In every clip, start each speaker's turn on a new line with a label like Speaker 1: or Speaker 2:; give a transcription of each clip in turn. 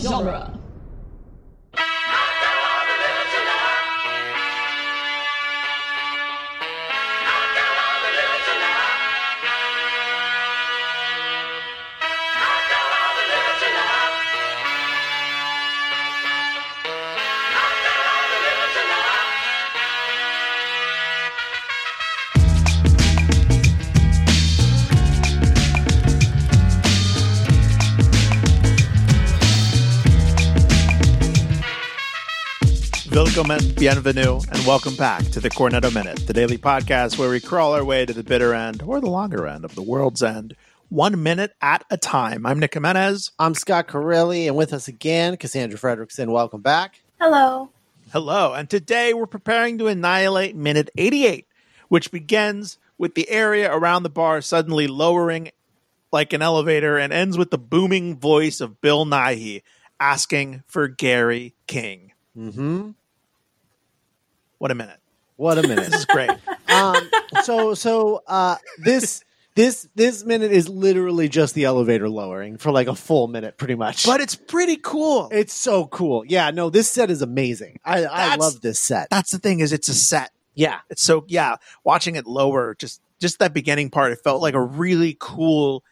Speaker 1: genre.
Speaker 2: Welcome and bienvenue, and welcome back to the Cornetto Minute, the daily podcast where we crawl our way to the bitter end or the longer end of the world's end, one minute at a time. I'm Nick Jimenez.
Speaker 3: I'm Scott Corelli, and with us again, Cassandra Frederickson. Welcome back.
Speaker 4: Hello.
Speaker 2: Hello, and today we're preparing to annihilate minute 88, which begins with the area around the bar suddenly lowering like an elevator and ends with the booming voice of Bill Nighy asking for Gary King.
Speaker 3: Mm-hmm.
Speaker 2: What a minute.
Speaker 3: What a minute.
Speaker 2: This is great.
Speaker 3: um, so, so uh, this this this minute is literally just the elevator lowering for like a full minute, pretty much.
Speaker 2: but it's pretty cool.
Speaker 3: it's so cool. Yeah, no, this set is amazing. I, I
Speaker 2: That's-
Speaker 3: love this set.
Speaker 2: that's the thing is it's a set
Speaker 3: Yeah,
Speaker 2: it's so yeah watching it lower just just that beginning part it felt like a really cool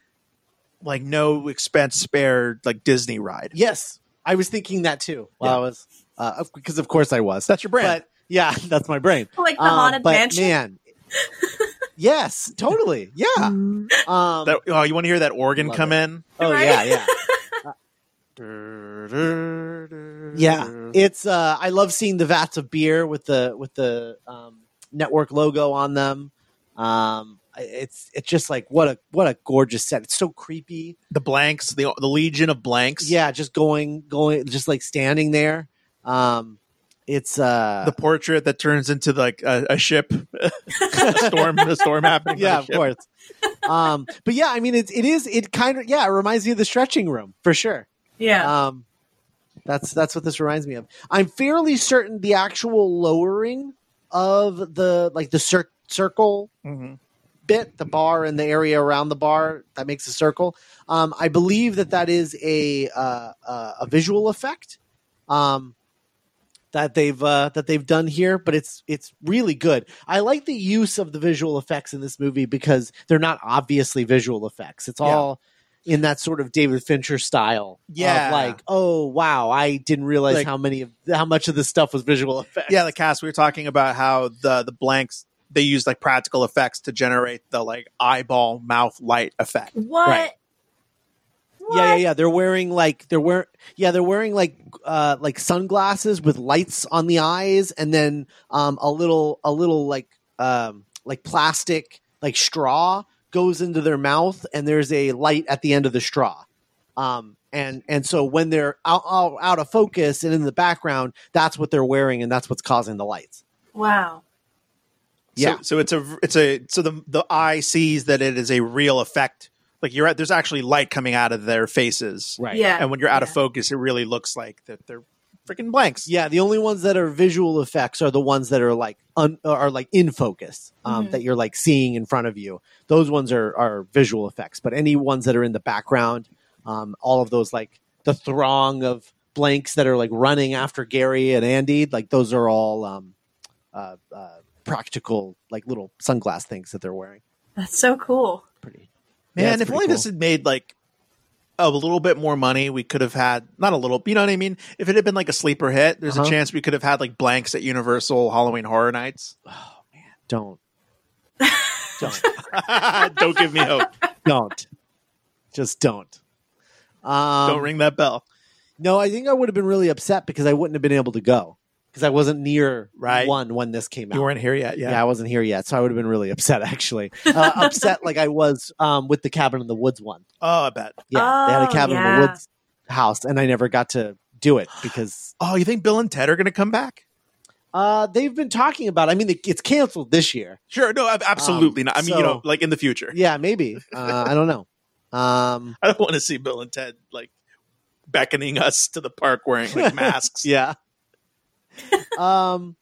Speaker 2: like no expense spared like disney ride
Speaker 3: yes, I was thinking that too. While
Speaker 2: Yeah.
Speaker 3: I was, uh, because of course I was.
Speaker 2: that's your brand
Speaker 3: But yeah, that's my brain.
Speaker 4: Like the
Speaker 3: Um,
Speaker 4: haunted
Speaker 3: but
Speaker 4: mansion.
Speaker 3: man. yes, totally. Yeah. Um,
Speaker 2: That- oh you want to hear that organ
Speaker 3: Love
Speaker 2: come in
Speaker 3: oh
Speaker 4: Right?
Speaker 3: yeah, yeah. Yeah, it's. Uh, I love seeing the vats of beer with the with the um, network logo on them. Um, it's it's just like what a what a gorgeous set. It's so creepy.
Speaker 2: the blanks the, the legion of blanks
Speaker 3: Yeah, just going going just like standing there. Um, it's uh,
Speaker 2: the portrait that turns into like a, a ship a storm a storm happening on
Speaker 3: yeah,
Speaker 2: a
Speaker 3: of
Speaker 2: ship.
Speaker 3: course. um, but yeah, I mean, it's it is it kind of yeah, it reminds me of the stretching room for sure.
Speaker 4: yeah.
Speaker 3: Um, that's that's what this reminds me of. I'm fairly certain the actual lowering of the like the cir- circle
Speaker 2: Mhm.
Speaker 3: bit, the bar and the area around the bar that makes a circle. Um, I believe that that is a uh, uh, a visual effect um, that they've uh, that they've done here, but it's it's really good. I like the use of the visual effects in this movie because they're not obviously visual effects. It's
Speaker 2: Yeah.
Speaker 3: all in that sort of David Fincher style. of
Speaker 2: Yeah.
Speaker 3: like oh wow, I didn't realize
Speaker 2: Like-
Speaker 3: how many of how much of this stuff was visual effects.
Speaker 2: yeah the cast we were talking about how the the blanks they used like practical effects to generate the like eyeball mouth light effect
Speaker 4: what?
Speaker 3: right.
Speaker 4: What?
Speaker 3: Yeah, yeah, yeah. They're wearing like they're wearing yeah they're wearing like uh like sunglasses with lights on the eyes, and then um a little a little like um like plastic like straw goes into their mouth, and there's a light at the end of the straw. Um and and so when they're out out, out of focus and in the background, that's what they're wearing, and that's what's causing the lights.
Speaker 4: Wow.
Speaker 3: Yeah.
Speaker 2: So, so it's a it's a so the the eye sees that it is a real effect. Like you're at there's actually light coming out of their faces.
Speaker 3: Right.
Speaker 4: Yeah.
Speaker 2: And when you're out of
Speaker 4: yeah.
Speaker 2: focus, it really looks like that they're freaking blanks.
Speaker 3: Yeah, the only ones that are visual effects are the ones that are like un, are like in focus um,
Speaker 4: Mhm.
Speaker 3: that you're like seeing in front of you. Those ones are are visual effects, but any ones that are in the background, um, all of those like the throng of blanks that are like running after Gary and Andy, like those are all um, uh, uh, practical like little sunglass things that they're wearing.
Speaker 4: That's so cool.
Speaker 3: Pretty
Speaker 2: Man,
Speaker 3: Yeah, it's
Speaker 2: if
Speaker 3: pretty
Speaker 2: only
Speaker 3: cool.
Speaker 2: this had made like a little bit more money, we could have had not a little, you know what I mean? If it had been like a sleeper hit, there's a
Speaker 3: Uh-huh.
Speaker 2: chance we could have had like blanks at Universal Halloween Horror Nights.
Speaker 3: don't don't.
Speaker 2: Don't give me hope.
Speaker 3: don't just don't um,
Speaker 2: Don't ring that bell.
Speaker 3: No, I think I would have been really upset because I wouldn't have been able to go because I wasn't near
Speaker 2: Right.
Speaker 3: one when this came out.
Speaker 2: You weren't here yet.
Speaker 3: yeah.
Speaker 2: Yeah.
Speaker 3: I wasn't here yet, so I would have been really upset actually. Uh, upset like I was um, with the Cabin in the Woods one.
Speaker 2: Oh, I bet.
Speaker 3: Yeah, they had a
Speaker 4: Oh,
Speaker 3: Cabin in
Speaker 4: yeah.
Speaker 3: the Woods house, and I never got to do it because
Speaker 2: Oh, you think Bill and Ted are going to come back?
Speaker 3: uh, they've been talking about. I mean, it, it's canceled this year.
Speaker 2: Sure. No, ab- absolutely not. I mean, you know,
Speaker 3: Um, so-
Speaker 2: like in the future.
Speaker 3: Yeah, maybe. Uh, I don't know. Um,
Speaker 2: I don't want to see Bill and Ted like beckoning us to the park wearing like masks.
Speaker 3: Yeah. um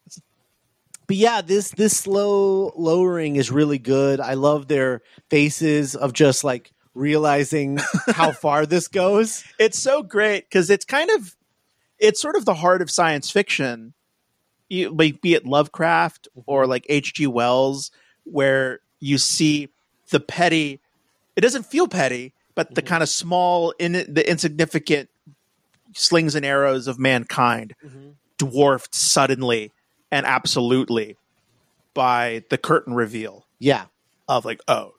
Speaker 3: but yeah, this this slow lowering is really good. I love their faces of just like realizing how far this goes.
Speaker 2: it's so great because it's kind of it's sort of the heart of science fiction you, like be it lovecraft or
Speaker 3: Mm-hmm.
Speaker 2: like hg wells where you see the petty it doesn't feel petty but
Speaker 3: Mm-hmm.
Speaker 2: the kind of small in the insignificant slings and arrows of mankind
Speaker 3: Mm-hmm.
Speaker 2: dwarfed suddenly and absolutely by the curtain reveal
Speaker 3: Yeah,
Speaker 2: of like oh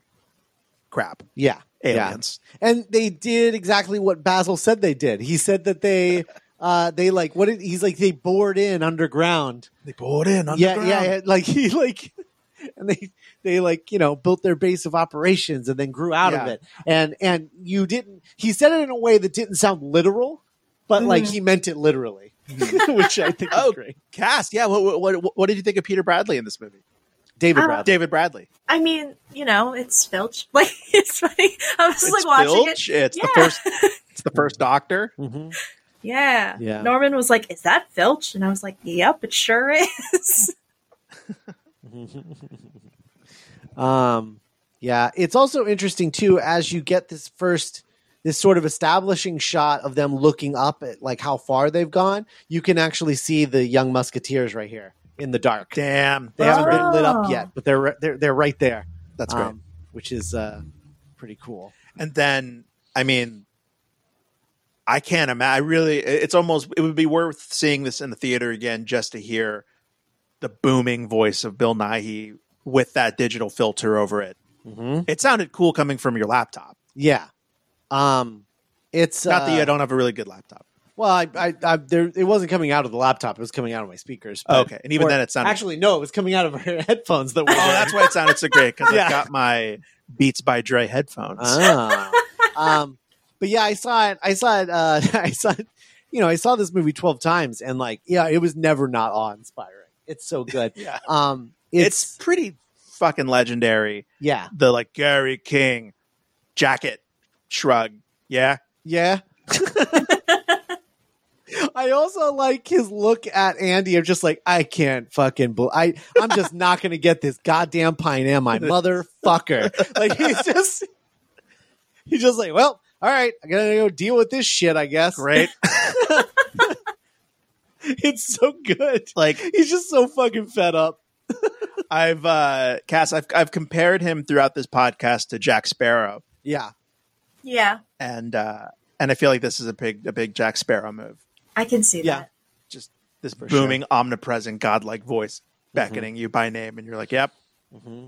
Speaker 2: crap
Speaker 3: yeah, yeah.
Speaker 2: aliens
Speaker 3: and they did exactly what Basil said they did. He said that they uh they like what did, he's like they bored in underground.
Speaker 2: they poured in
Speaker 3: Yeah,
Speaker 2: underground.
Speaker 3: yeah, yeah, like he like and they they like, you know, built their base of operations and then grew out of
Speaker 2: Yeah.
Speaker 3: it. And and you didn't he said it in a way that didn't sound literal, but like he meant it literally. Which I think
Speaker 2: Mm. Oh.
Speaker 3: is great.
Speaker 2: cast yeah what, what, what, what did you think of peter bradley in this movie
Speaker 3: David
Speaker 4: Uh,
Speaker 3: Bradley.
Speaker 2: david bradley
Speaker 4: I mean, you know, it's Filch. Like it's funny. I was just like
Speaker 2: it's
Speaker 4: watching it.
Speaker 2: Filch. It's the
Speaker 4: Yeah.
Speaker 2: first. It's the first Doctor.
Speaker 3: Mhm.
Speaker 4: Yeah.
Speaker 3: Yeah.
Speaker 4: Norman was like, "Is that Filch?" And I was like, "Yep, it sure is."
Speaker 3: Um, yeah, it's also interesting too as you get this first this sort of establishing shot of them looking up at like how far they've gone. You can actually see the young musketeers right here in the dark.
Speaker 2: Damn,
Speaker 3: They
Speaker 2: that's
Speaker 3: haven't
Speaker 2: great.
Speaker 3: been lit up
Speaker 4: Oh.
Speaker 3: yet, but they're they're they're right there.
Speaker 2: That's great.
Speaker 3: Um, which is uh, pretty cool.
Speaker 2: and then, I mean, I can't imagine. I really, it's almost. It would be worth seeing this in the theater again just to hear the booming voice of Bill Nighy with that digital filter over it.
Speaker 3: Mm-hmm.
Speaker 2: It sounded cool coming from your laptop.
Speaker 3: Yeah. Um, it's
Speaker 2: Not that
Speaker 3: uh,
Speaker 2: you don't have a really good laptop.
Speaker 3: Well, I, I, I there, it wasn't coming out of the laptop. It was coming out of my speakers. but-
Speaker 2: Okay, and even
Speaker 3: or-
Speaker 2: then, it sounded.
Speaker 3: actually no. It was coming out of her headphones. That were
Speaker 2: oh, that's why it sounded so great because
Speaker 3: Yeah.
Speaker 2: I've got my Beats by Dre headphones.
Speaker 3: Ah. um, but yeah, I saw it. I saw it. Uh, I saw it. You know, I saw this movie twelve times, and like, yeah, it was never not awe inspiring. It's so good.
Speaker 2: yeah,
Speaker 3: Um,
Speaker 2: it's
Speaker 3: it's,
Speaker 2: pretty fucking legendary.
Speaker 3: yeah,
Speaker 2: the like Gary King jacket shrug. Yeah.
Speaker 3: yeah. I also like his look at Andy of just like I can't fucking bel I I'm just not gonna get this goddamn pine am I motherfucker like he's just he's just like well all right I gotta go deal with this shit I guess
Speaker 2: Great.
Speaker 3: it's so good
Speaker 2: like
Speaker 3: He's just so fucking fed up.
Speaker 2: I've uh Cass, I've I've compared him throughout this podcast to Jack Sparrow.
Speaker 3: Yeah.
Speaker 4: yeah,
Speaker 2: And uh and I feel like this is a big a big Jack Sparrow move.
Speaker 4: I can see
Speaker 3: Yeah.
Speaker 4: that.
Speaker 2: Just this
Speaker 3: For sure. Mm-hmm.
Speaker 2: booming, omnipresent, godlike voice beckoning you by name, and you're like, Yep. Mm-hmm.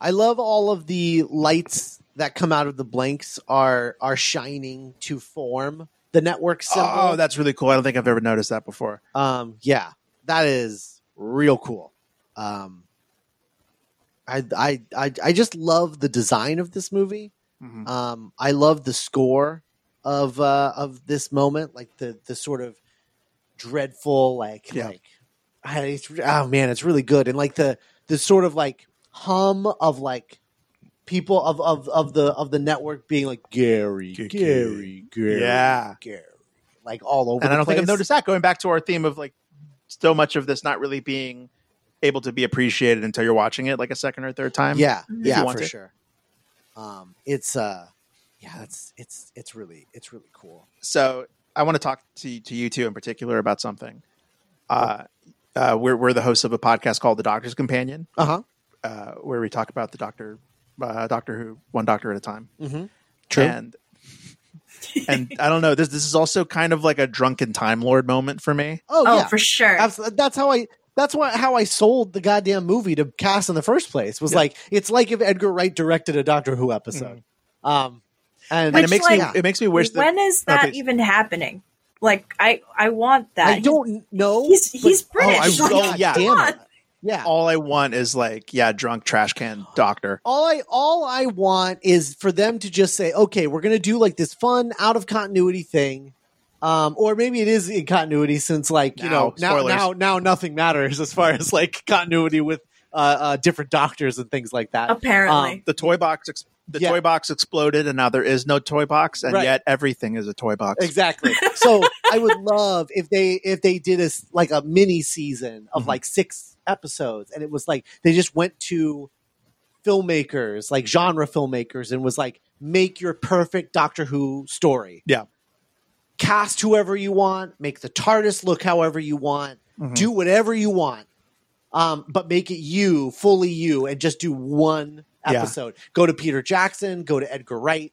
Speaker 3: I love all of the lights that come out of the blanks are are shining to form the network symbol.
Speaker 2: Oh, that's really cool. I don't think I've ever noticed that before.
Speaker 3: um yeah. That is real cool. Um I I I, I just love the design of this movie.
Speaker 2: Mhm.
Speaker 3: Um, I love the score of uh, of this moment, like the the sort of dreadful, like
Speaker 2: Yeah.
Speaker 3: like I, it's, oh man, it's really good, and like the the sort of like hum of like people of of of the of the network being like Gary,
Speaker 2: G-
Speaker 3: Gary, Gary,
Speaker 2: Yeah.
Speaker 3: Gary, like all over.
Speaker 2: And I
Speaker 3: the
Speaker 2: don't think I've
Speaker 3: place.
Speaker 2: noticed that. Going back to our theme of like so much of this not really being able to be appreciated until you're watching it like a second or third time.
Speaker 3: yeah,
Speaker 4: if
Speaker 3: yeah,
Speaker 2: you want
Speaker 3: for
Speaker 2: to.
Speaker 3: sure. Um, it's uh, yeah, it's it's it's really it's really cool.
Speaker 2: so I want to talk to to you two in particular about something. Uh, uh, we're we're the hosts of a podcast called The Doctor's Companion,
Speaker 3: Uh huh.
Speaker 2: uh, where we talk about the Doctor, uh, Doctor Who, one Doctor at a time.
Speaker 3: Mm-hmm. True.
Speaker 2: And and I don't know this this is also kind of like a drunken Time Lord moment for me.
Speaker 3: oh
Speaker 4: Oh,
Speaker 3: yeah.
Speaker 4: for sure.
Speaker 3: Absolutely. That's how I. That's why how I sold the goddamn movie to Cass in the first place. Was
Speaker 2: Yeah.
Speaker 3: like it's like if Edgar Wright directed a Doctor Who episode. Um, and
Speaker 2: And it
Speaker 4: Which,
Speaker 2: makes
Speaker 4: like-
Speaker 2: me it makes me wish that
Speaker 4: when is that
Speaker 2: please.
Speaker 4: even happening? Like, I I want that.
Speaker 3: I don't know.
Speaker 4: He's
Speaker 3: but-
Speaker 4: he's British.
Speaker 2: I-
Speaker 4: like,
Speaker 2: oh, yeah.
Speaker 4: come
Speaker 3: Damn
Speaker 4: on.
Speaker 3: it. yeah.
Speaker 2: all I want is like yeah, drunk trash can doctor.
Speaker 3: all I all I want is for them to just say, okay, we're gonna do like this fun out of continuity thing, um, or maybe it is in continuity since like you
Speaker 2: Now,
Speaker 3: know now
Speaker 2: spoilers.
Speaker 3: now now nothing matters as far as like continuity with uh, uh, different doctors and things like that.
Speaker 4: Apparently,
Speaker 3: um,
Speaker 2: The toy box ex- the
Speaker 3: Yeah.
Speaker 2: toy box exploded, and now there is no toy box, and
Speaker 3: Right.
Speaker 2: yet everything is a toy box.
Speaker 3: Exactly. So I would love if they if they did a s- like a mini season of
Speaker 2: Mhm.
Speaker 3: like six episodes, and it was like they just went to filmmakers, like genre filmmakers, and was like, make your perfect Doctor Who story.
Speaker 2: Yeah.
Speaker 3: Cast whoever you want, make the TARDIS look however you want,
Speaker 2: Mm-hmm.
Speaker 3: do whatever you want. Um, but make it you, fully you, and just do one
Speaker 2: Yeah.
Speaker 3: episode. Go to Peter Jackson, go to Edgar Wright,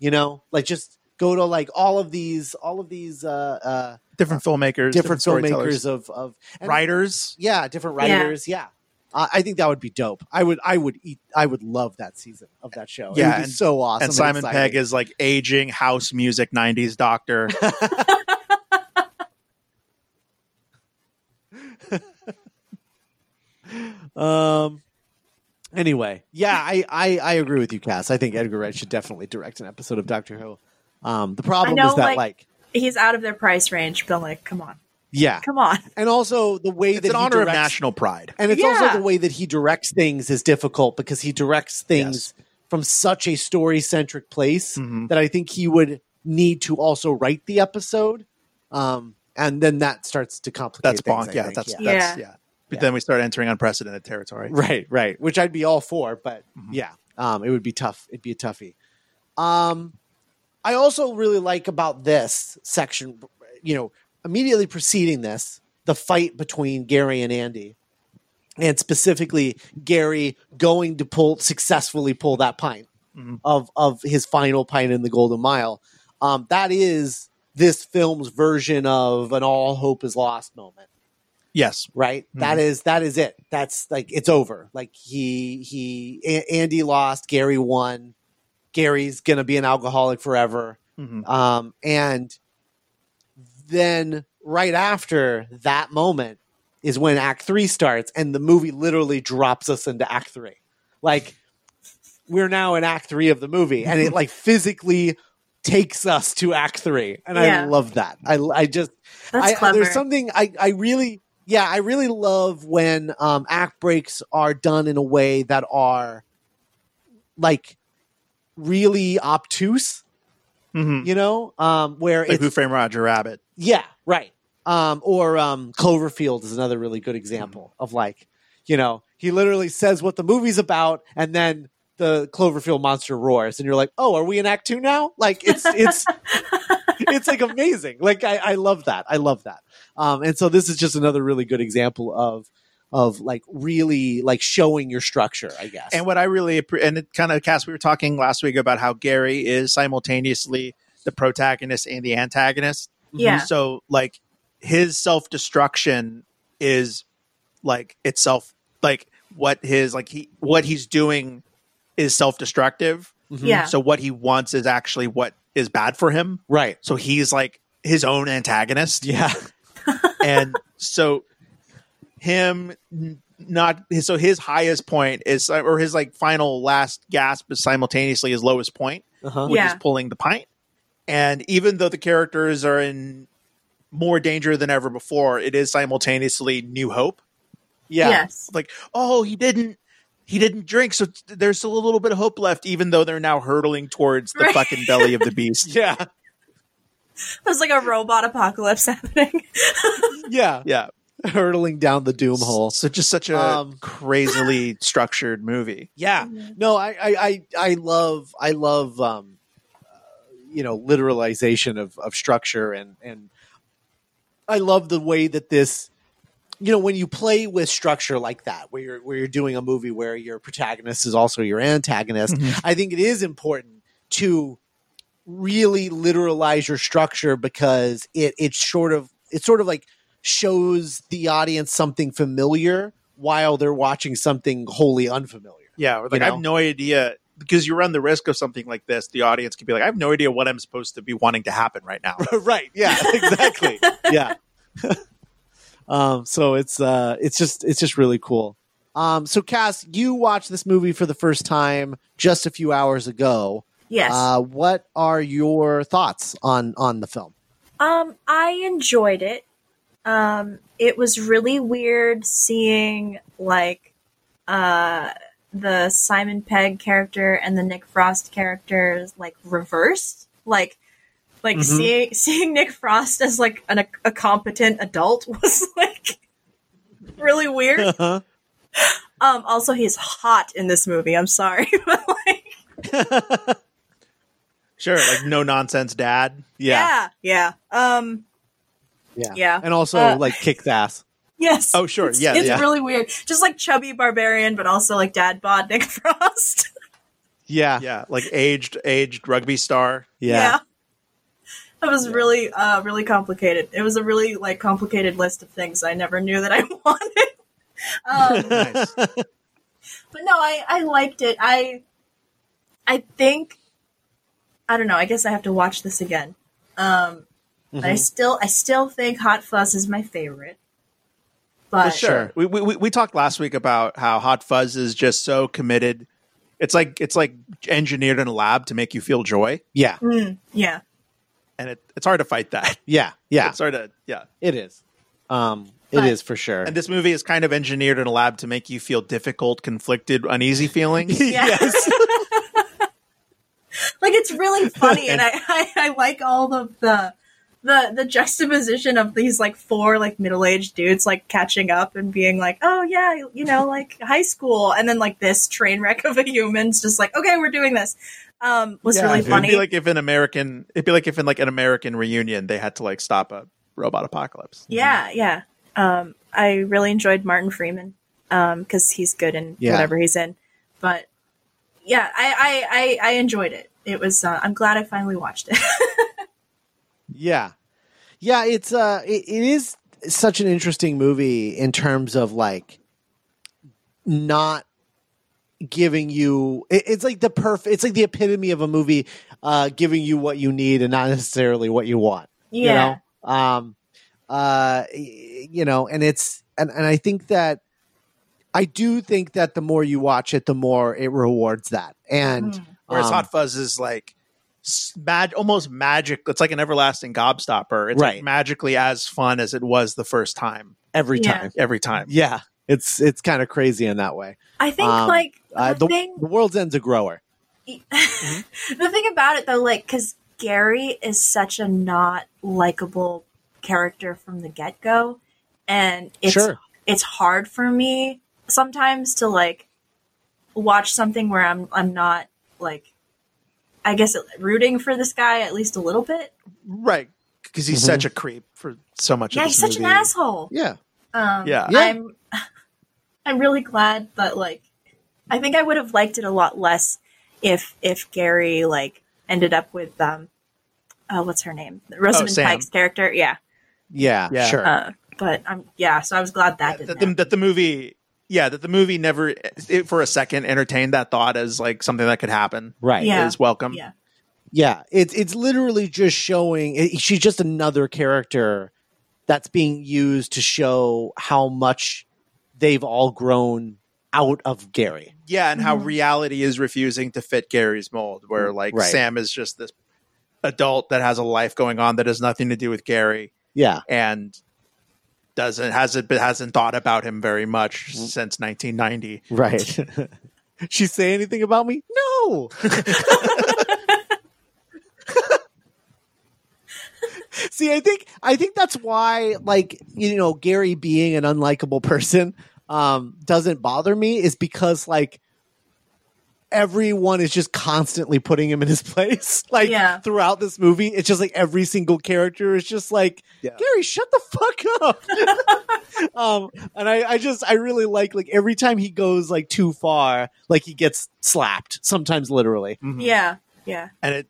Speaker 3: you know, like just go to like all of these, all of these uh, uh,
Speaker 2: different filmmakers,
Speaker 3: different,
Speaker 2: storytellers,
Speaker 3: filmmakers of of and-
Speaker 2: writers.
Speaker 3: yeah, different
Speaker 4: Yeah.
Speaker 3: writers. Yeah, Uh, I think that would be dope. I would, I would eat, I would love that season of that show.
Speaker 2: Yeah,
Speaker 3: it would be
Speaker 2: and-
Speaker 3: so awesome.
Speaker 2: and Simon
Speaker 3: exciting.
Speaker 2: Pegg is like aging house music '90s doctor.
Speaker 3: Um. Anyway, yeah, I, I I agree with you, Cass. I think Edgar Wright should definitely direct an episode of Doctor Who. Um, the problem
Speaker 4: know,
Speaker 3: is that like,
Speaker 4: like- He's out of their price range, but like, come on,
Speaker 3: yeah,
Speaker 4: come on.
Speaker 3: and also the way
Speaker 2: It's
Speaker 3: that
Speaker 2: an
Speaker 3: he
Speaker 2: honor of
Speaker 3: directs-
Speaker 2: national pride.
Speaker 3: and it's also
Speaker 4: Yeah.
Speaker 3: the way that he directs things is difficult because he directs things from such a story centric place
Speaker 2: Mhm.
Speaker 3: that I think he would need to also write the episode, um, and then that starts to complicate.
Speaker 2: That's
Speaker 3: things,
Speaker 2: bonk.
Speaker 3: I
Speaker 2: Yeah,
Speaker 3: think.
Speaker 2: that's
Speaker 3: yeah.
Speaker 2: that's yeah.
Speaker 4: Yeah.
Speaker 2: But
Speaker 3: Yeah.
Speaker 2: then we start entering unprecedented territory.
Speaker 3: right right which i'd be all for but
Speaker 2: Mhm.
Speaker 3: yeah um it would be tough it'd be a toughie um i also really like about this section you know immediately preceding this the fight between gary and andy and specifically gary going to pull successfully pull that pint
Speaker 2: Mhm.
Speaker 3: of of his final pint in the golden mile um that is this film's version of an all hope is lost moment
Speaker 2: Yes.
Speaker 3: right That is that is it that's like it's over like he he A- andy lost gary won gary's gonna be an alcoholic forever
Speaker 2: Mhm.
Speaker 3: um and then right after that moment is when act three starts and the movie literally drops us into act three like we're now in act three of the movie and it like physically takes us to act three and i
Speaker 4: Yeah.
Speaker 3: love that i i just
Speaker 4: That's
Speaker 3: I, uh,
Speaker 4: clever.
Speaker 3: There's something I, I really, yeah, I really love when um, act breaks are done in a way that are like really obtuse,
Speaker 2: Mhm.
Speaker 3: you know, um, where
Speaker 2: Like
Speaker 3: it's,
Speaker 2: Who Framed Roger Rabbit?
Speaker 3: yeah, right. Um, or um, Cloverfield is another really good example of like, you know, he literally says what the movie's about and then the Cloverfield monster roars and you're like, oh, are we in act two now? Like it's, it's, it's like amazing. Like I, I love that. I love that. Um, and so this is just another really good example of, of like really like showing your structure, I guess.
Speaker 2: And what I really appre- and it kind of cast we were talking last week about how Gary is simultaneously the protagonist and the antagonist.
Speaker 4: yeah,
Speaker 2: So like his self destruction is like itself like what his like he what he's doing is self destructive.
Speaker 3: Mhm.
Speaker 4: yeah,
Speaker 2: So what he wants is actually what is bad for him.
Speaker 3: Right.
Speaker 2: So he's like his own antagonist.
Speaker 3: Yeah.
Speaker 2: and so him n- not so his highest point is or his like final last gasp is simultaneously his lowest point
Speaker 3: Uh-huh.
Speaker 2: which
Speaker 4: Yeah.
Speaker 2: is pulling the pint and even though the characters are in more danger than ever before it is simultaneously new hope
Speaker 3: Yeah.
Speaker 4: yes,
Speaker 2: like oh he didn't he didn't drink so t- there's still a little bit of hope left even though they're now hurtling towards the
Speaker 4: Right.
Speaker 2: fucking belly of the beast
Speaker 3: Yeah.
Speaker 4: there's like a robot apocalypse happening.
Speaker 3: Yeah.
Speaker 2: yeah
Speaker 3: Hurtling down the doom hole.
Speaker 2: so just such a
Speaker 3: Um,
Speaker 2: crazily structured movie
Speaker 3: Yeah. No, I, I, I, I love, I love, um, uh, you know, literalization of, of structure and, and I love the way that this, you know, when you play with structure like that, where you're, where you're doing a movie where your protagonist is also your antagonist,
Speaker 2: Mhm.
Speaker 3: I think it is important to really literalize your structure because it, it sort of, it sort of like shows the audience something familiar while they're watching something wholly unfamiliar.
Speaker 2: Yeah, or like
Speaker 3: You
Speaker 2: I
Speaker 3: know?
Speaker 2: have no idea because you run the risk of something like this. The audience could be like, I have no idea what I'm supposed to be wanting to happen right now.
Speaker 3: right yeah exactly yeah um so it's uh it's just it's just really cool um so cass you watched this movie for the first time just a few hours ago
Speaker 4: yes,
Speaker 3: uh what are your thoughts on on the film
Speaker 4: Um, I enjoyed it. Um, it was really weird seeing like uh the Simon Pegg character and the Nick Frost characters like reversed. Like like
Speaker 3: Mhm.
Speaker 4: seeing seeing Nick Frost as like an, a competent adult was like really weird.
Speaker 2: Uh-huh.
Speaker 4: Um also he's hot in this movie. I'm sorry, but like
Speaker 2: Sure, like no nonsense dad. Yeah.
Speaker 4: yeah, yeah. Um,
Speaker 3: Yeah.
Speaker 4: yeah.
Speaker 3: And also
Speaker 4: Uh,
Speaker 3: like kicks ass.
Speaker 4: Yes.
Speaker 2: Oh, sure.
Speaker 4: It's,
Speaker 2: Yeah,
Speaker 4: it's
Speaker 2: yeah.
Speaker 4: really weird. Just like chubby barbarian, but also like dad bod Nick Frost.
Speaker 3: Yeah.
Speaker 2: yeah. Like aged aged rugby star.
Speaker 3: Yeah.
Speaker 4: That was really, uh, really complicated. It was a really like complicated list of things I never knew that I wanted. Um,
Speaker 2: Nice.
Speaker 4: but no, I, I liked it. I, I think, I don't know. I guess I have to watch this again. Um, but I
Speaker 2: Mm-hmm.
Speaker 3: Mhm.
Speaker 4: still, I still think Hot Fuzz is my favorite.
Speaker 2: For
Speaker 4: But
Speaker 2: sure. We, we we- we talked last week about how Hot Fuzz is just so committed. It's like it's like engineered in a lab to make you feel joy,
Speaker 3: Yeah.
Speaker 4: Mm, yeah,
Speaker 2: and it, it's hard to fight that.
Speaker 3: Yeah. Yeah.
Speaker 2: It's hard to yeah.
Speaker 3: It is. Um it
Speaker 4: But-
Speaker 3: is for sure.
Speaker 2: And this movie is kind of engineered in a lab to make you feel difficult, conflicted, uneasy feelings.
Speaker 4: Yeah. like it's really funny and I, I i like all of the the the juxtaposition of these like four like middle-aged dudes like catching up and being like oh yeah you know like high school and then like this train wreck of a human's just like okay we're doing this um was
Speaker 2: Yeah,
Speaker 4: really
Speaker 2: it'd
Speaker 4: funny
Speaker 2: be like if an American, it'd be like if in like an American reunion they had to like stop a robot apocalypse.
Speaker 4: yeah yeah um i really enjoyed martin freeman um because he's good in
Speaker 3: Yeah.
Speaker 4: whatever he's in but yeah i i i, I enjoyed it it was uh, i'm glad i finally watched it
Speaker 3: Yeah. Yeah, it's uh it, it is such an interesting movie in terms of like not giving you it, it's like the perf it's like the epitome of a movie uh giving you what you need and not necessarily what you want
Speaker 4: yeah
Speaker 3: you know um uh y- you know and it's and, and i think that i do think that the more you watch it the more it rewards that and
Speaker 4: Mm.
Speaker 2: Whereas
Speaker 3: um,
Speaker 2: Hot Fuzz is like s- mag- almost magic. It's like an everlasting gobstopper. It's
Speaker 3: Right.
Speaker 2: like magically as fun as it was the first time.
Speaker 3: every
Speaker 4: Yeah.
Speaker 3: time
Speaker 2: Every time.
Speaker 3: yeah it's it's kind of crazy in that way
Speaker 4: I think
Speaker 3: Um,
Speaker 4: like the
Speaker 3: uh, the, Mm-hmm.
Speaker 4: thing,
Speaker 3: the world's end's a grower
Speaker 4: the thing about it though, like because Gary is such a not likable character from the get go, and it's
Speaker 3: Sure.
Speaker 4: it's hard for me sometimes to like watch something where I'm I'm not like. I guess rooting for this guy at least a little bit.
Speaker 2: Right. Because he's
Speaker 3: Mhm.
Speaker 2: such a creep for so much
Speaker 4: yeah,
Speaker 2: of this
Speaker 4: he's such an
Speaker 2: movie.
Speaker 4: asshole.
Speaker 3: yeah
Speaker 4: Um,
Speaker 2: Yeah.
Speaker 3: Yeah.
Speaker 4: I'm I'm really glad that like I think I would have liked it a lot less if if Gary like ended up with um uh, what's her name Rosamund
Speaker 2: Oh, Sam.
Speaker 4: Pike's character yeah
Speaker 3: yeah,
Speaker 2: Yeah.
Speaker 3: sure
Speaker 4: uh, but I'm yeah so I was glad that
Speaker 2: That,
Speaker 4: didn't
Speaker 2: that the,
Speaker 4: happen.
Speaker 2: that the movie, yeah, that the movie never, it, for a second, entertained that thought as like something that could happen.
Speaker 3: right
Speaker 4: Yeah.
Speaker 2: Is welcome.
Speaker 4: yeah
Speaker 3: Yeah, it's it's literally just showing. It, she's just another character that's being used to show how much they've all grown out of Gary.
Speaker 2: Yeah, and how
Speaker 3: Mm-hmm.
Speaker 4: Mhm.
Speaker 2: reality is refusing to fit Gary's mold, where like
Speaker 3: Mm, Right.
Speaker 2: Sam is just this adult that has a life going on that has nothing to do with Gary
Speaker 3: Yeah,
Speaker 2: and doesn't hasn't been- hasn't thought about him very much
Speaker 3: Mm-hmm.
Speaker 2: since 1990.
Speaker 3: right. she say anything about me? No. See, I think I think that's why, like you know, Gary being an unlikable person um, doesn't bother me is because like everyone is just constantly putting him in his place. Like
Speaker 4: Yeah.
Speaker 3: throughout this movie, it's just like every single character is just like
Speaker 2: Yeah.
Speaker 3: Gary, shut the fuck up. um, and I, I just I really like like every time he goes like too far, like he gets slapped sometimes literally.
Speaker 2: Mm-hmm.
Speaker 4: yeah yeah
Speaker 2: And it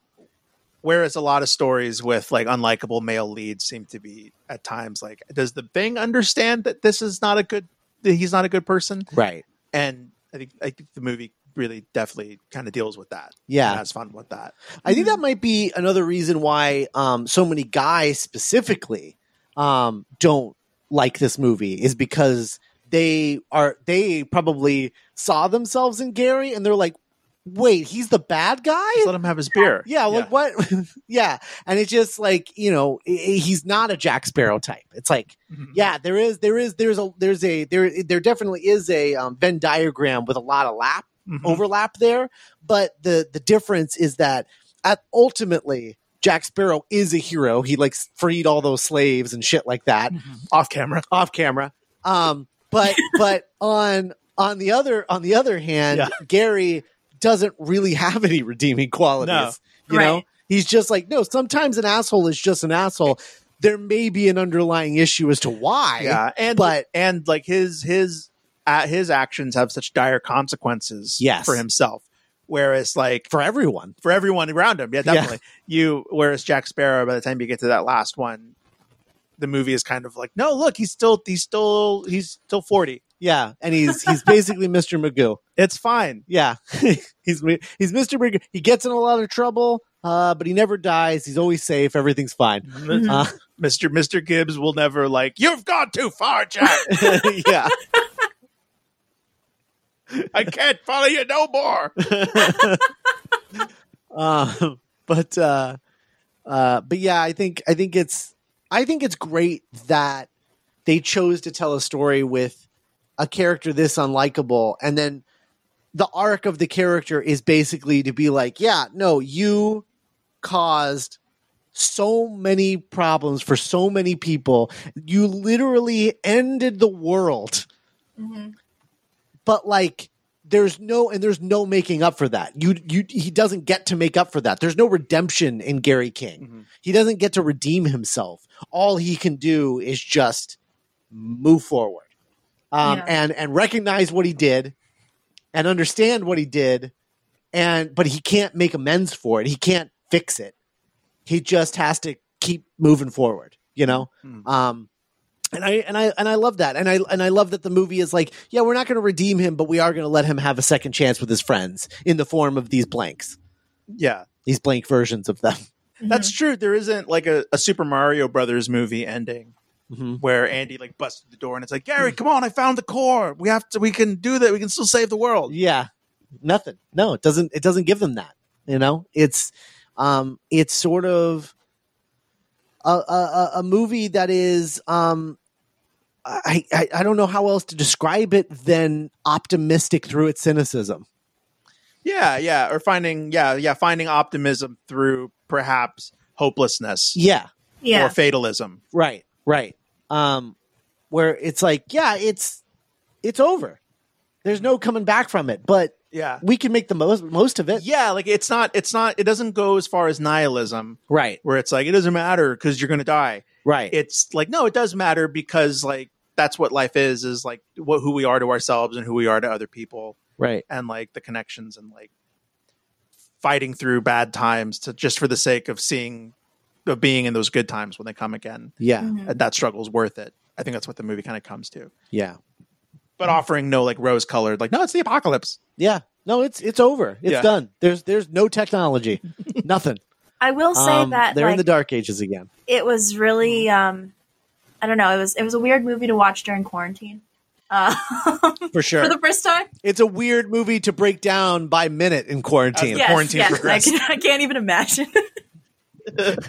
Speaker 2: whereas a lot of stories with like unlikable male leads seem to be at times like does the Bing understand that this is not a good that he's not a good person?
Speaker 3: Right.
Speaker 2: And I think I think the movie really definitely kind of deals with that.
Speaker 3: Yeah.
Speaker 2: and has fun with that.
Speaker 3: I think that might be another reason why um, so many guys specifically um, don't like this movie is because they are they probably saw themselves in Gary and they're like, wait, he's the bad guy.
Speaker 2: Just let him have his beer.
Speaker 3: Yeah, like what? yeah, and it's just like you know i- i- he's not a Jack Sparrow type. It's like
Speaker 2: Mhm.
Speaker 3: yeah, there is there is there's a there's a there there definitely is a um, Venn diagram with a lot of lap
Speaker 2: Mhm.
Speaker 3: overlap there. But the the difference is that at ultimately Jack Sparrow is a hero. He like freed all those slaves and shit like that
Speaker 2: off camera.
Speaker 3: off camera. Um, but but on on the other on the other hand,
Speaker 2: Yeah.
Speaker 3: Gary doesn't really have any redeeming qualities. You know,
Speaker 4: Right.
Speaker 3: He's just like, no, sometimes an asshole is just an asshole. There may be an underlying issue as to why.
Speaker 2: yeah, and
Speaker 3: but-
Speaker 2: and like his his uh, his actions have such dire consequences
Speaker 3: Yes.
Speaker 2: for himself. Whereas like
Speaker 3: For everyone.
Speaker 2: for everyone around him, yeah,
Speaker 3: Yeah.
Speaker 2: definitely. You whereas Jack Sparrow, by the time you get to that last one, the movie is kind of like, no, look, he's still he's still he's still forty.
Speaker 3: Yeah. And he's he's basically Mr. Magoo.
Speaker 2: It's fine.
Speaker 3: Yeah. he's mi- he's Mr. Magoo. He gets in a lot of trouble, uh, but he never dies. He's always safe. Everything's fine.
Speaker 4: Mhm.
Speaker 2: Uh-huh.
Speaker 3: Uh,
Speaker 2: Mr. Mr. Gibbs will never like, you've gone too far, Jack.
Speaker 3: yeah.
Speaker 2: I can't follow you no more.
Speaker 3: um, but uh, uh, but yeah, I think I think it's I think it's great that they chose to tell a story with a character this unlikable, and then the arc of the character is basically to be like, yeah, no, you caused so many problems for so many people. You literally ended the world
Speaker 4: Mhm.
Speaker 3: but like there's no and there's no making up for that you you he doesn't get to make up for that there's no redemption in gary king
Speaker 2: Mhm.
Speaker 3: he doesn't get to redeem himself all he can do is just move forward um
Speaker 4: Yeah.
Speaker 3: and and recognize what he did and understand what he did and but he can't make amends for it he can't fix it he just has to keep moving forward you know
Speaker 2: Mhm.
Speaker 3: um and I and I and I love that, and I and I love that the movie is like, yeah, we're not going to redeem him, but we are going to let him have a second chance with his friends in the form of these blanks,
Speaker 2: Yeah,
Speaker 3: these blank versions of them.
Speaker 2: that's true. There isn't like a, a Super Mario Brothers movie ending where Andy like busted the door and it's like, Gary, come on, I found the core. We have to, we can do that. We can still save the world.
Speaker 3: Yeah, nothing. No, it doesn't. It doesn't give them that. You know, it's um, it's sort of a a, a- a movie that is um, I, I I don't know how else to describe it than optimistic through its cynicism.
Speaker 2: Yeah, yeah, or finding yeah, yeah, finding optimism through perhaps hopelessness
Speaker 3: Yeah.
Speaker 2: or
Speaker 4: Mm-hmm. Yeah.
Speaker 2: fatalism.
Speaker 3: Right, right. Um, where it's like, yeah, it's it's over. There's no coming back from it, but
Speaker 2: Yeah.
Speaker 3: we can make the most most of it.
Speaker 2: Yeah, like it's not it's not it doesn't go as far as nihilism
Speaker 3: Right,
Speaker 2: where it's like it doesn't matter cuz you're going to die.
Speaker 3: right,
Speaker 2: It's like no, it does matter because like that's what life is is like what who we are to ourselves and who we are to other people
Speaker 3: right.
Speaker 2: and like the connections and like fighting through bad times to just for the sake of seeing of being in those good times when they come again.
Speaker 3: Yeah,
Speaker 4: Mhm.
Speaker 2: That struggle's worth it. I think that's what the movie kind of comes to.
Speaker 3: yeah,
Speaker 2: but offering no like rose colored like no it's the apocalypse
Speaker 3: yeah. No, it's it's over. It's
Speaker 2: Yeah.
Speaker 3: done. There's there's no technology. Nothing.
Speaker 4: I will say
Speaker 3: Um,
Speaker 4: that
Speaker 3: they're in
Speaker 4: like,
Speaker 3: the dark ages again.
Speaker 4: it was really um, I don't know. It was it was a weird movie to watch during quarantine. Uh,
Speaker 3: For sure.
Speaker 4: for the first time.
Speaker 3: it's a weird movie to break down by minute in quarantine.
Speaker 2: The Yeah. quarantine
Speaker 4: I,
Speaker 2: progressed.
Speaker 4: can, I can't even imagine.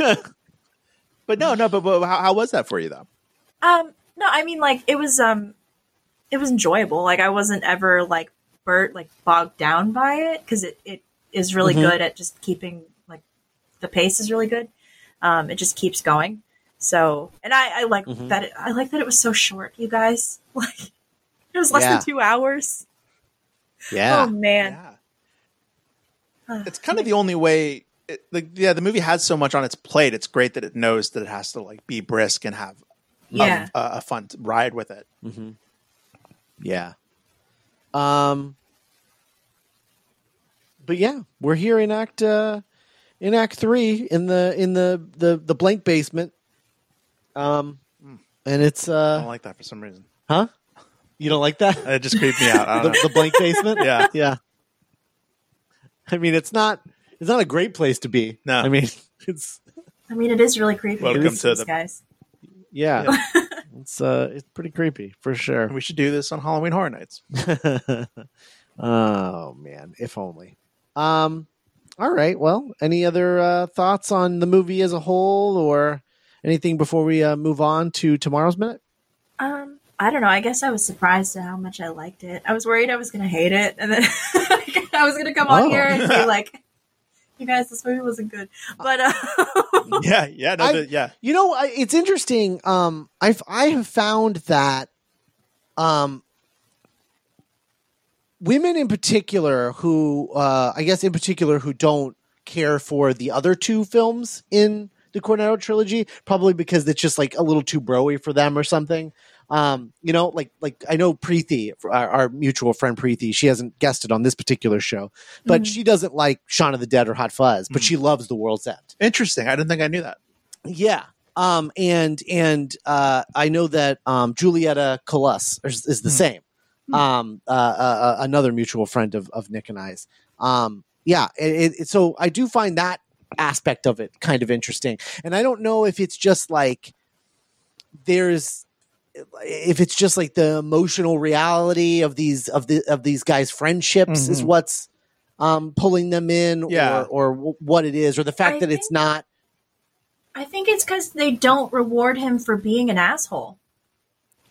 Speaker 2: but no no but, but how, how was that for you though
Speaker 4: um, no, I mean like it was um, it was enjoyable. Like I wasn't ever like Bert like bogged down by it because it it is really
Speaker 3: Mhm.
Speaker 4: good at just keeping like the pace is really good. Um, it just keeps going. So and I I like
Speaker 3: Mhm.
Speaker 4: that. It, I like that it was so short. You guys like it was less
Speaker 3: Yeah.
Speaker 4: than two hours.
Speaker 3: Yeah.
Speaker 4: Oh man.
Speaker 2: yeah it's kind of the only way it, like yeah the movie has so much on its plate it's great that it knows that it has to like be brisk and have um,
Speaker 4: yeah.
Speaker 2: a, a fun t- ride with it
Speaker 3: Mm-hmm. Yeah. Um. But yeah, we're here in Act uh, in Act Three in the in the the the blank basement. Um, and it's
Speaker 2: Hmm. i don't
Speaker 3: uh,
Speaker 2: like that for some reason
Speaker 3: huh? You don't like that
Speaker 2: it just creeped me out I
Speaker 3: the,
Speaker 2: don't know.
Speaker 3: the blank basement?
Speaker 2: Yeah.
Speaker 3: yeah. I mean, it's not it's not a great place to be.
Speaker 2: No.
Speaker 3: I mean, it's
Speaker 4: I mean, it is really creepy.
Speaker 2: Welcome
Speaker 4: These
Speaker 2: to the-
Speaker 4: guys.
Speaker 3: yeah, it's uh, it's pretty creepy for sure.
Speaker 2: we should do this on halloween horror nights
Speaker 3: oh man, if only. Um all right. Well, any other uh, thoughts on the movie as a whole or anything before we uh, move on to tomorrow's minute?
Speaker 4: Um, I don't know. I guess I was surprised at how much I liked it. I was worried I was gonna hate it, and then I was gonna come
Speaker 3: Oh.
Speaker 4: on here and be like, "You guys, this movie wasn't good." But uh,
Speaker 2: yeah yeah no,
Speaker 3: I-
Speaker 2: the- yeah
Speaker 3: You know, I- it's interesting. Um I've I have found that um women in particular who uh I guess in particular who don't care for the other two films in the Cornetto trilogy, probably because it's just like a little too broy for them or something. Um, you know, like like I know Preeti, our, our mutual friend Preeti, she hasn't guested on this particular show, but
Speaker 4: Mhm.
Speaker 3: she doesn't like Shaun of the Dead or Hot Fuzz, but she loves The World's End.
Speaker 2: Interesting. I didn't think I knew that.
Speaker 3: Yeah. Um, and and uh, I know that um, Julieta Colas is, is the
Speaker 2: Hmm.
Speaker 3: same.
Speaker 2: Hmm.
Speaker 3: Um, uh, uh, uh, another mutual friend of, of Nick and I's. Um, yeah. It, it, so I do find that aspect of it kind of interesting, and I don't know if it's just like there's if it's just like the emotional reality of these of the of these guys' friendships is
Speaker 2: Mhm.
Speaker 3: what's um, pulling them in,
Speaker 2: Yeah.
Speaker 3: or or w- what it is, or the fact
Speaker 4: I
Speaker 3: that it's
Speaker 4: think-
Speaker 3: not.
Speaker 4: I think it's because they don't reward him for being an asshole.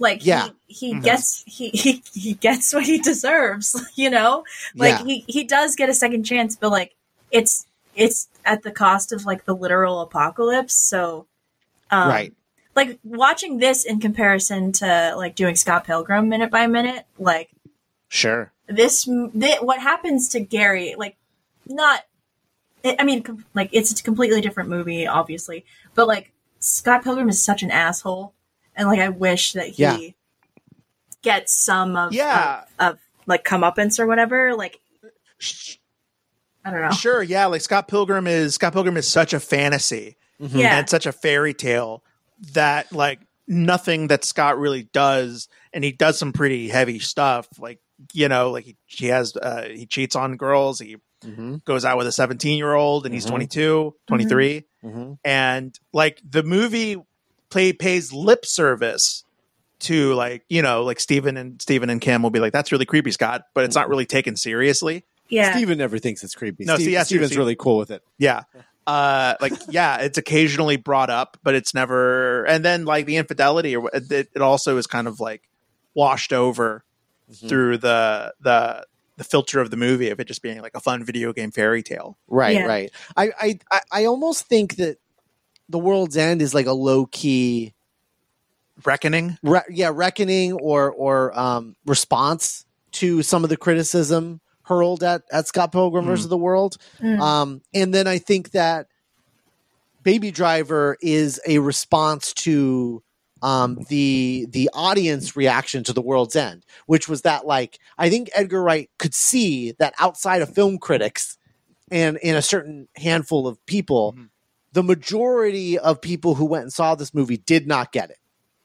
Speaker 4: Like
Speaker 3: Yeah. Mm-hmm.
Speaker 4: he, he
Speaker 2: Mhm.
Speaker 4: gets he, he he gets what he deserves, you know? Like
Speaker 3: Yeah.
Speaker 4: he, he does get a second chance, but like it's it's at the cost of like the literal apocalypse, so um,
Speaker 3: right.
Speaker 4: like watching this in comparison to like doing Scott Pilgrim minute by minute, like
Speaker 3: Sure.
Speaker 4: this, thi what happens to Gary, like not, I I mean, com- like it's a completely different movie, obviously, but like Scott Pilgrim is such an asshole, and like I wish that he
Speaker 3: Yeah.
Speaker 4: gets some of
Speaker 2: Yeah.
Speaker 4: of, of like comeuppance or whatever. Like
Speaker 2: Sh-
Speaker 4: I don't
Speaker 3: Oh.
Speaker 4: know,
Speaker 2: Sure, yeah. Like Scott Pilgrim is Scott Pilgrim is such a fantasy
Speaker 3: Mm-hmm.
Speaker 4: yeah,
Speaker 2: and such a fairy tale that like nothing that Scott really does, and he does some pretty heavy stuff. Like you know, like he, he has uh, he cheats on girls. He
Speaker 3: Mm-hmm.
Speaker 2: goes out with a seventeen year old, and he's
Speaker 3: Mhm.
Speaker 2: twenty two, twenty three. 22, 23.
Speaker 3: Mm-hmm.
Speaker 2: and like the movie play pays lip service to like you know like Stephen and Stephen and Kim will be like that's really creepy Scott but it's not really taken seriously
Speaker 4: yeah,
Speaker 3: Steven never thinks it's creepy.
Speaker 2: No,
Speaker 3: Steve,
Speaker 2: see, yeah,
Speaker 3: Steven's
Speaker 2: seriously.
Speaker 3: really cool with it.
Speaker 2: yeah uh like yeah it's occasionally brought up but it's never and then like the infidelity or wh- it, it also is kind of like washed over through the the the filter of the movie of it just being like a fun video game fairy tale
Speaker 3: Right,
Speaker 4: Yeah.
Speaker 3: right. I, I, I, I almost think that the world's end is like a low key,
Speaker 2: reckoning
Speaker 3: re- yeah, reckoning or or um, response to some of the criticism hurled at at Scott Pilgrim
Speaker 2: Mm.
Speaker 3: versus the world.
Speaker 4: Mm.
Speaker 3: Um, and then I think that Baby Driver is a response to um, the the audience reaction to The World's End, which was that like I think Edgar Wright could see that outside of film critics and in a certain handful of people,
Speaker 2: Mhm.
Speaker 3: the majority of people who went and saw this movie did not get it.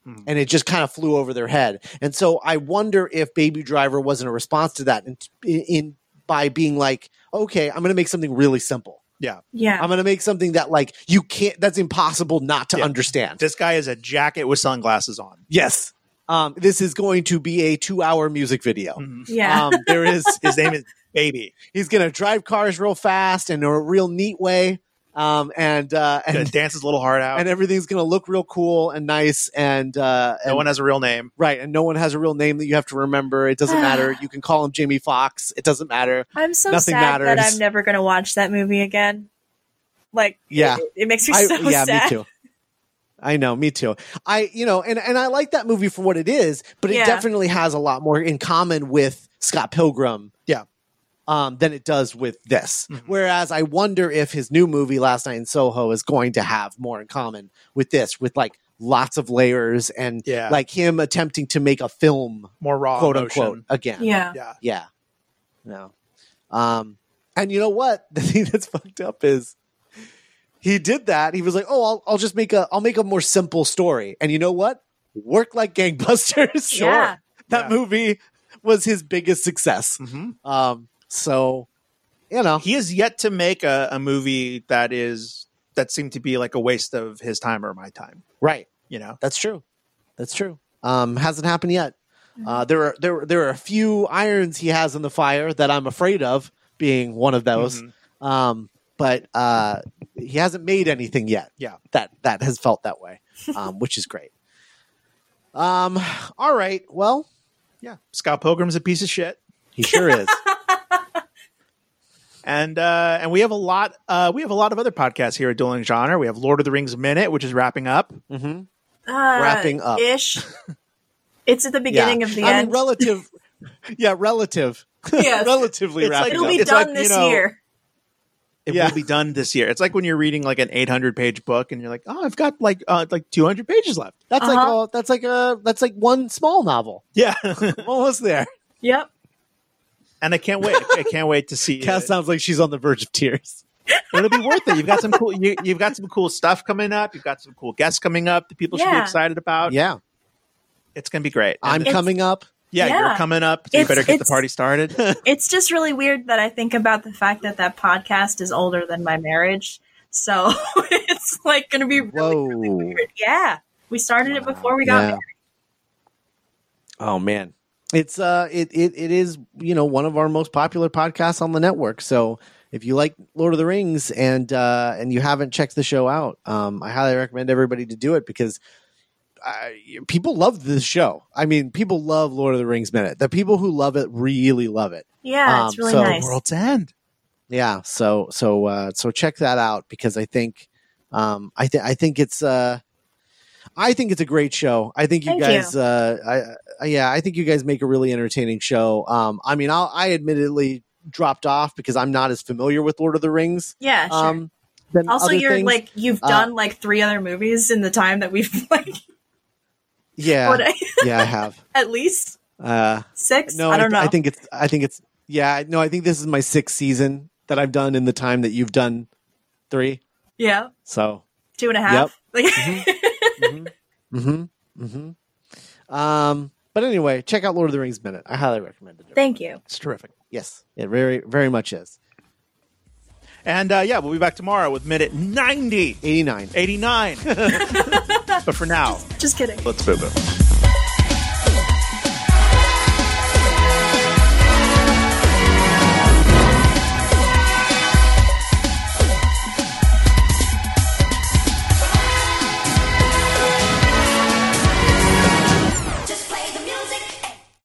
Speaker 2: Mhm.
Speaker 3: And it just kind of flew over their head, and so I wonder if Baby Driver wasn't a response to that, in, in by being like, "Okay, I'm going to make something really simple.
Speaker 4: yeah.
Speaker 3: I'm going to make something that like you can't that's impossible not to
Speaker 2: Yeah.
Speaker 3: understand.
Speaker 2: this guy is a jacket with sunglasses on
Speaker 3: Yes. Um this is going to be a 2-hour music video.
Speaker 2: Mhm.
Speaker 4: yeah,
Speaker 3: Um there is
Speaker 2: his name is baby
Speaker 3: he's going to drive cars real fast and in a real neat way. Um and uh and
Speaker 2: dances a little hard out
Speaker 3: and everything's going to look real cool and nice and uh and,
Speaker 2: no one has a real name
Speaker 3: right and no one has a real name that you have to remember. It doesn't matter. You can call him Jamie Fox. It doesn't matter.
Speaker 4: I'm so
Speaker 3: nothing
Speaker 4: sad that
Speaker 3: matters.
Speaker 4: I'm never gonna watch that movie again. Like,
Speaker 3: Yeah.
Speaker 4: it, it makes me
Speaker 3: I-
Speaker 4: so
Speaker 3: yeah,
Speaker 4: sad.
Speaker 3: me too. I know, me too. I, you know, and, and I like that movie for what it is, but it
Speaker 4: Yeah.
Speaker 3: definitely has a lot more in common with Scott Pilgrim.
Speaker 2: Yeah.
Speaker 3: Um, than it does with this.
Speaker 4: Mm-hmm.
Speaker 2: Mhm.
Speaker 3: Whereas I wonder if his new movie, Last Night in Soho, is going to have more in common with this, with like lots of layers and
Speaker 2: Yeah.
Speaker 3: like him attempting to make a film,
Speaker 2: more raw
Speaker 3: quote
Speaker 2: emotion.
Speaker 3: unquote, again.
Speaker 4: Yeah.
Speaker 2: Yeah.
Speaker 3: Yeah. No. Um, and you know what? The thing that's fucked up is he did that. He was like, "Oh, I'll, I'll just make a I'll make a more simple story." And you know what? Work like gangbusters.
Speaker 4: Sure. Yeah.
Speaker 3: That
Speaker 2: Yeah.
Speaker 3: movie was his biggest success.
Speaker 2: Mhm.
Speaker 3: Um, so you know,
Speaker 2: He has yet to make a, a movie that is that seemed to be like a waste of his time or my time.
Speaker 3: right?
Speaker 2: You know,
Speaker 3: That's true. That's true. Um, hasn't happened yet. Uh, there are there there are a few irons he has in the fire that I'm afraid of being one of those. Um, but uh, he hasn't made anything yet.
Speaker 2: Yeah.
Speaker 3: that that has felt that way, um, which is great. Um, all right. Well,
Speaker 2: yeah. Scott Pilgrim's a piece of shit,
Speaker 3: he sure is.
Speaker 2: and uh, and we have a lot. Uh, we have a lot of other podcasts here at Dueling Genre. We have Lord of the Rings Minute, which is wrapping up.
Speaker 3: hmm
Speaker 4: uh,
Speaker 3: Wrapping up.
Speaker 4: ish. It's at the beginning of the
Speaker 3: I
Speaker 4: end.
Speaker 3: mean, relative. yeah, relative.
Speaker 4: Yes.
Speaker 3: Relatively
Speaker 2: It's like-
Speaker 3: wrapping
Speaker 4: It'll
Speaker 3: up.
Speaker 4: be
Speaker 2: It's
Speaker 4: done
Speaker 2: like, you
Speaker 4: this
Speaker 2: know-
Speaker 4: year.
Speaker 2: It
Speaker 3: Yeah.
Speaker 2: will be done this year. It's like when you're reading like an 800 page book and you're like, oh, I've got like uh, like 200 pages left.
Speaker 3: That's like
Speaker 4: Uh-huh.
Speaker 3: all. That's like a. That's like one small novel.
Speaker 2: Yeah,
Speaker 3: I'm almost there.
Speaker 4: Yep.
Speaker 2: and I can't wait. I can't wait to see.
Speaker 3: Cass
Speaker 2: it.
Speaker 3: sounds like she's on the verge of tears.
Speaker 2: It'll be worth it. You've got some cool. You, you've got some cool stuff coming up. You've got some cool guests coming up that people should be
Speaker 4: Yeah.
Speaker 2: excited about.
Speaker 3: Yeah,
Speaker 2: It's gonna be great.
Speaker 3: I'm
Speaker 2: And-
Speaker 3: coming up.
Speaker 2: yeah, you're
Speaker 4: Yeah.
Speaker 2: coming up. So you
Speaker 4: It's-
Speaker 2: better get the
Speaker 4: it's-
Speaker 2: party started.
Speaker 4: It's just really weird that I think about the fact that that podcast is older than my marriage. So it's like going to be really, really
Speaker 3: Whoa.
Speaker 4: weird. Yeah. We started it before we got
Speaker 3: Yeah.
Speaker 4: married.
Speaker 3: Oh man. It's uh it, it it is, you know, one of our most popular podcasts on the network. So if you like Lord of the Rings and uh and you haven't checked the show out, um I highly recommend everybody to do it because uh, people love this show. I mean, people love Lord of the Rings Minute. The people who love it really love it.
Speaker 4: Yeah. it's
Speaker 3: Um,
Speaker 4: really
Speaker 3: so
Speaker 4: nice.
Speaker 2: World's end.
Speaker 3: Yeah, so so uh, so check that out because I think um, I think I think it's uh, I think it's a great show. I think you
Speaker 4: Thank
Speaker 3: guys, Uh, I, I yeah, I think you guys make a really entertaining show. Um, I mean, I'll, I admittedly dropped off because I'm not as familiar with Lord of the Rings.
Speaker 4: yeah. Sure.
Speaker 3: Um, than
Speaker 4: also,
Speaker 3: other
Speaker 4: you're
Speaker 3: things.
Speaker 4: like, you've
Speaker 3: uh,
Speaker 4: done like three other movies in the time that we've like,
Speaker 3: yeah,
Speaker 4: what,
Speaker 3: yeah, I have.
Speaker 4: at least
Speaker 3: Uh,
Speaker 4: six?
Speaker 3: no,
Speaker 4: I don't
Speaker 3: th-
Speaker 4: know.
Speaker 3: I think it's I think it's yeah, no, I think this is my sixth season that I've done in the time that you've done three.
Speaker 4: yeah.
Speaker 3: So
Speaker 4: Two and a half. Like,
Speaker 3: Mm-hmm. Mm-hmm. Um, but anyway, check out Lord of the Rings Minute. I highly recommend it.
Speaker 4: Thank you.
Speaker 2: It's terrific.
Speaker 3: yes, it very, very much is.
Speaker 2: And uh, yeah, we'll be back tomorrow with minute 90,
Speaker 3: 89.
Speaker 2: 89. but for now,
Speaker 4: Just kidding.
Speaker 2: let's boo boo.